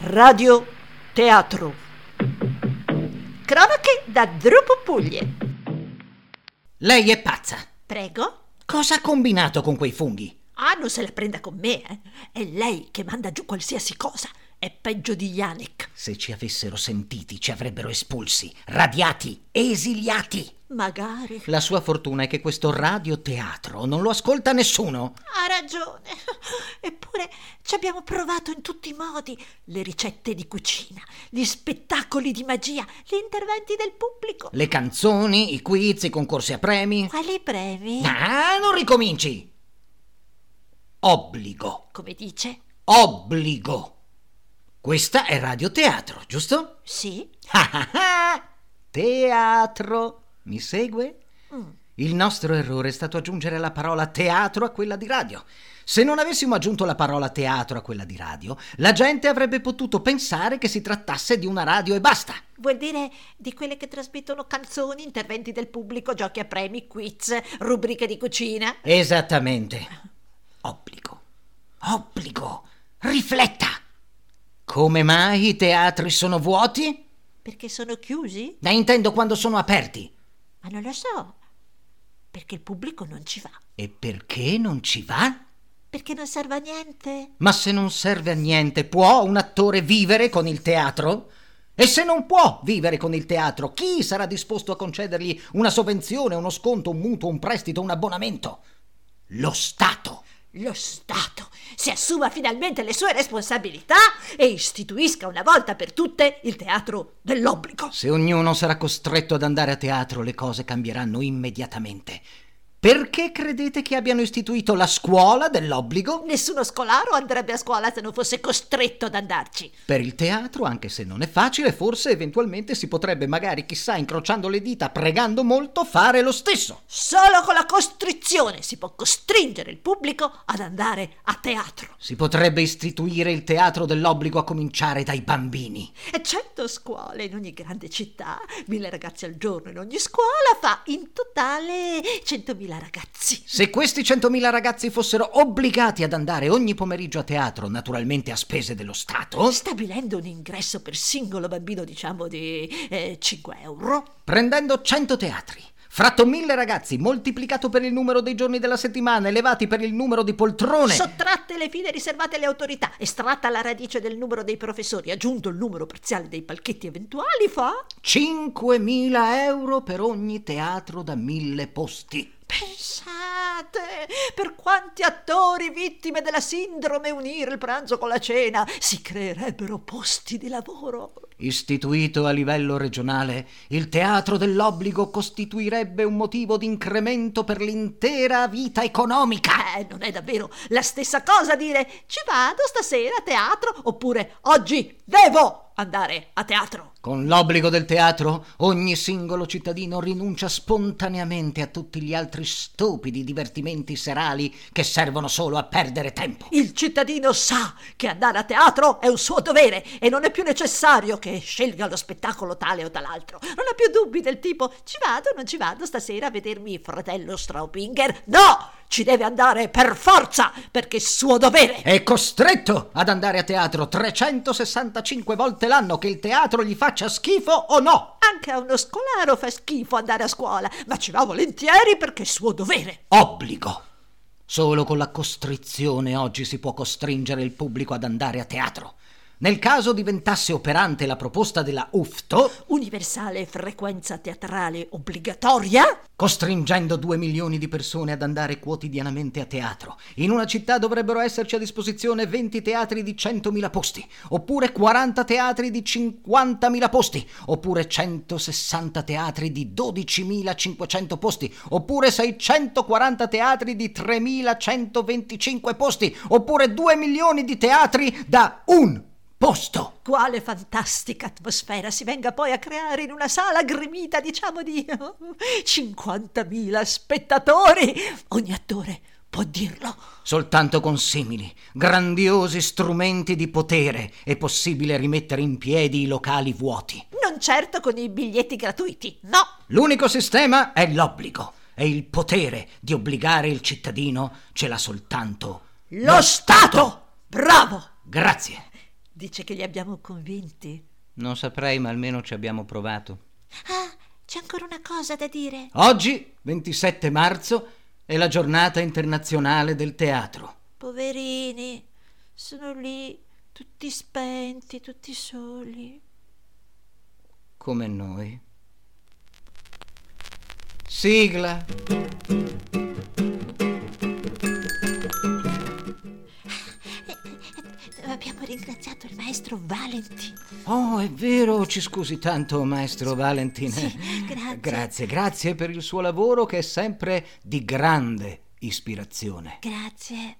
Radio Teatro. Cronache da Drupo Puglie. Lei è pazza. Prego? Cosa ha combinato con quei funghi? Ah, non se la prenda con me, eh. È lei che manda giù qualsiasi cosa. È peggio di Yannick. Se ci avessero sentiti, ci avrebbero espulsi, radiati, esiliati. Magari. La sua fortuna è che questo radioteatro non lo ascolta nessuno. Ha ragione. Eppure ci abbiamo provato in tutti i modi. Le ricette di cucina, gli spettacoli di magia, gli interventi del pubblico. Le canzoni, i quiz, i concorsi a premi. Quali premi? Ah, non ricominci. Obbligo, Come dice? obbligo. Questa è radioteatro, giusto? Sì? Ah ah ah! teatro. Mi segue? Mm. Il nostro errore è stato aggiungere la parola teatro a quella di radio. Se non avessimo aggiunto la parola teatro a quella di radio, la gente avrebbe potuto pensare che si trattasse di una radio e basta. Vuol dire di quelle che trasmettono canzoni, interventi del pubblico, giochi a premi, quiz, rubriche di cucina. Esattamente. Obbligo. Obbligo. Rifletta. Come mai i teatri sono vuoti? Perché sono chiusi? Ne intendo quando sono aperti. Ma non lo so. Perché il pubblico non ci va. E perché non ci va? Perché non serve a niente. Ma se non serve a niente, può un attore vivere con il teatro? E se non può vivere con il teatro, chi sarà disposto a concedergli una sovvenzione, uno sconto, un mutuo, un prestito, un abbonamento? Lo Stato. Lo Stato si assuma finalmente le sue responsabilità e istituisca una volta per tutte il teatro dell'obbligo. Se ognuno sarà costretto ad andare a teatro, le cose cambieranno immediatamente. Perché credete che abbiano istituito la scuola dell'obbligo? Nessuno scolaro andrebbe a scuola se non fosse costretto ad andarci. Per il teatro, anche se non è facile, forse eventualmente si potrebbe, magari chissà, incrociando le dita, pregando molto, fare lo stesso. Solo con la costrizione si può costringere il pubblico ad andare a teatro. Si potrebbe istituire il teatro dell'obbligo a cominciare dai bambini. E 100 scuole in ogni grande città, mille ragazzi al giorno in ogni scuola fa in totale 100.000 ragazzi. Se questi 100.000 ragazzi fossero obbligati ad andare ogni pomeriggio a teatro, naturalmente a spese dello Stato, Stabilendo un ingresso per singolo bambino, diciamo di eh, 5 euro, prendendo 100 teatri, fratto 1.000 ragazzi, moltiplicato per il numero dei giorni della settimana, elevati per il numero di poltrone, Sottratte le file riservate alle autorità, estratta la radice del numero dei professori, aggiunto il numero parziale dei palchetti eventuali, fa 5.000 euro per ogni teatro da 1.000 posti. Pensate per quanti attori vittime della sindrome unire il pranzo con la cena si creerebbero posti di lavoro. Istituito a livello regionale, il teatro dell'obbligo costituirebbe un motivo di incremento per l'intera vita economica. Eh, non è davvero la stessa cosa dire ci vado stasera a teatro oppure oggi devo andare a teatro. Con l'obbligo del teatro, ogni singolo cittadino rinuncia spontaneamente a tutti gli altri stupidi divertimenti serali che servono solo a perdere tempo. Il cittadino sa che andare a teatro è un suo dovere e non è più necessario che scelga lo spettacolo tale o tal'altro. Non ha più dubbi del tipo ci vado o non ci vado stasera a vedermi fratello Straubinger. No! Ci deve andare per forza perché è suo dovere. È costretto ad andare a teatro 365 volte l'anno, che il teatro gli faccia schifo o no. Anche a uno scolaro fa schifo andare a scuola, ma ci va volentieri perché è suo dovere. Obbligo. Solo con la costrizione oggi si può costringere il pubblico ad andare a teatro. Nel caso diventasse operante la proposta della UFTO, Universale frequenza teatrale obbligatoria? costringendo due milioni di persone ad andare quotidianamente a teatro, in una città dovrebbero esserci a disposizione 20 teatri di 100.000 posti, oppure 40 teatri di 50.000 posti, oppure 160 teatri di 12.500 posti, oppure 640 teatri di 3.125 posti, oppure 2 milioni di teatri da un posto. Quale fantastica atmosfera si venga poi a creare in una sala gremita, diciamo di 50.000 spettatori. Ogni attore può dirlo. Soltanto con simili, grandiosi strumenti di potere è possibile rimettere in piedi i locali vuoti. Non certo con i biglietti gratuiti, no. L'unico sistema è l'obbligo e il potere di obbligare il cittadino ce l'ha soltanto Lo Stato! Bravo! Grazie. Dice che li abbiamo convinti. Non saprei, ma almeno ci abbiamo provato. Ah, c'è ancora una cosa da dire. Oggi, 27 marzo, è la giornata internazionale del teatro. Poverini, sono lì, tutti spenti, tutti soli. Come noi. Sigla. Abbiamo ringraziato il maestro Valentino. Oh, è vero, ci scusi tanto, maestro Valentin. Sì, grazie. Grazie, grazie per il suo lavoro che è sempre di grande ispirazione. Grazie.